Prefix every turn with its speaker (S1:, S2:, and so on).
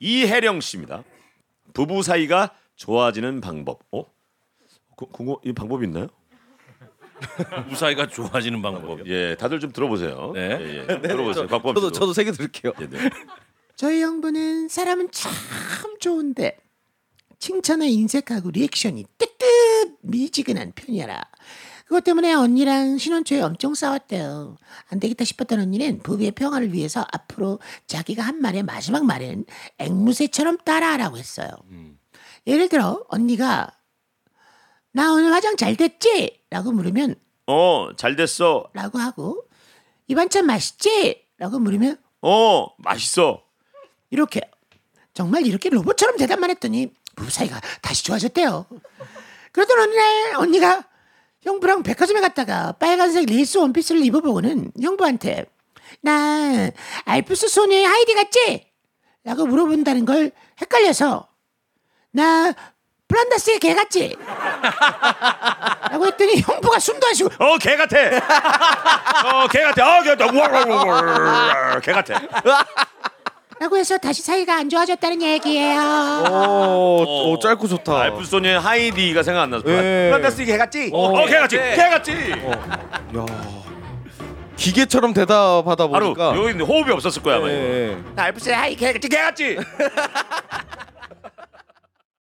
S1: 이혜령 씨입니다. 부부 사이가 좋아지는 방법. 어? 그, 그거 이 방법이 있나요?
S2: 무사히가 좋아지는 방법.
S1: 예, 다들 좀 들어보세요.
S2: 네.
S1: 예, 예. 들어보세요. 박범
S3: 저도
S1: 씨도.
S3: 저도 세개 드릴게요.
S1: 예, 네.
S4: 저희 형부는 사람은 참 좋은데 칭찬에 인색하고 리액션이 뜨뜻 미지근한 편이라 그것 때문에 언니랑 신혼초에 엄청 싸웠대요. 안 되겠다 싶었던 언니는 부부의 평화를 위해서 앞으로 자기가 한 말의 마지막 말은 앵무새처럼 따라하라고 했어요. 예를 들어 언니가 나 오늘 화장 잘 됐지? 라고 물으면
S1: 어, 잘 됐어.
S4: 라고 하고 이 반찬 맛있지? 라고 물으면
S1: 어, 맛있어.
S4: 이렇게 정말 이렇게 로봇처럼 대답만 했더니 부부 사이가 다시 좋아졌대요. 그러던 어느 날 언니가 형부랑 백화점에 갔다가 빨간색 레이스 원피스를 입어보고는 형부한테 나 알프스 소녀의 하이디 같지? 라고 물어본다는 걸 헷갈려서 나 플란다스의 개 같지? 라고 했더니 형부가 숨도 안 쉬고
S1: 어, 개 같아. 어, 개 같아. 어, 개 같아. 우와와와와. 개 같아.
S4: 라고 해서 다시 사이가 안 좋아졌다는 얘기예요.
S2: 어,
S3: 오, 오 짧고 좋다.
S1: 알프 소녀의 아, 하이디가 생각 안 나서.
S3: 예.
S1: 플란다스 개 같지? 어, 개 같지.
S2: 네.
S1: 개 같지.
S3: 야 기계처럼 대답하다
S1: 바로
S3: 보니까
S1: 여기 있는 호흡이 없었을 거야, 아마. 이거.
S3: 예, 예.
S1: 나 알프스 하이 개 같지. 개 같지.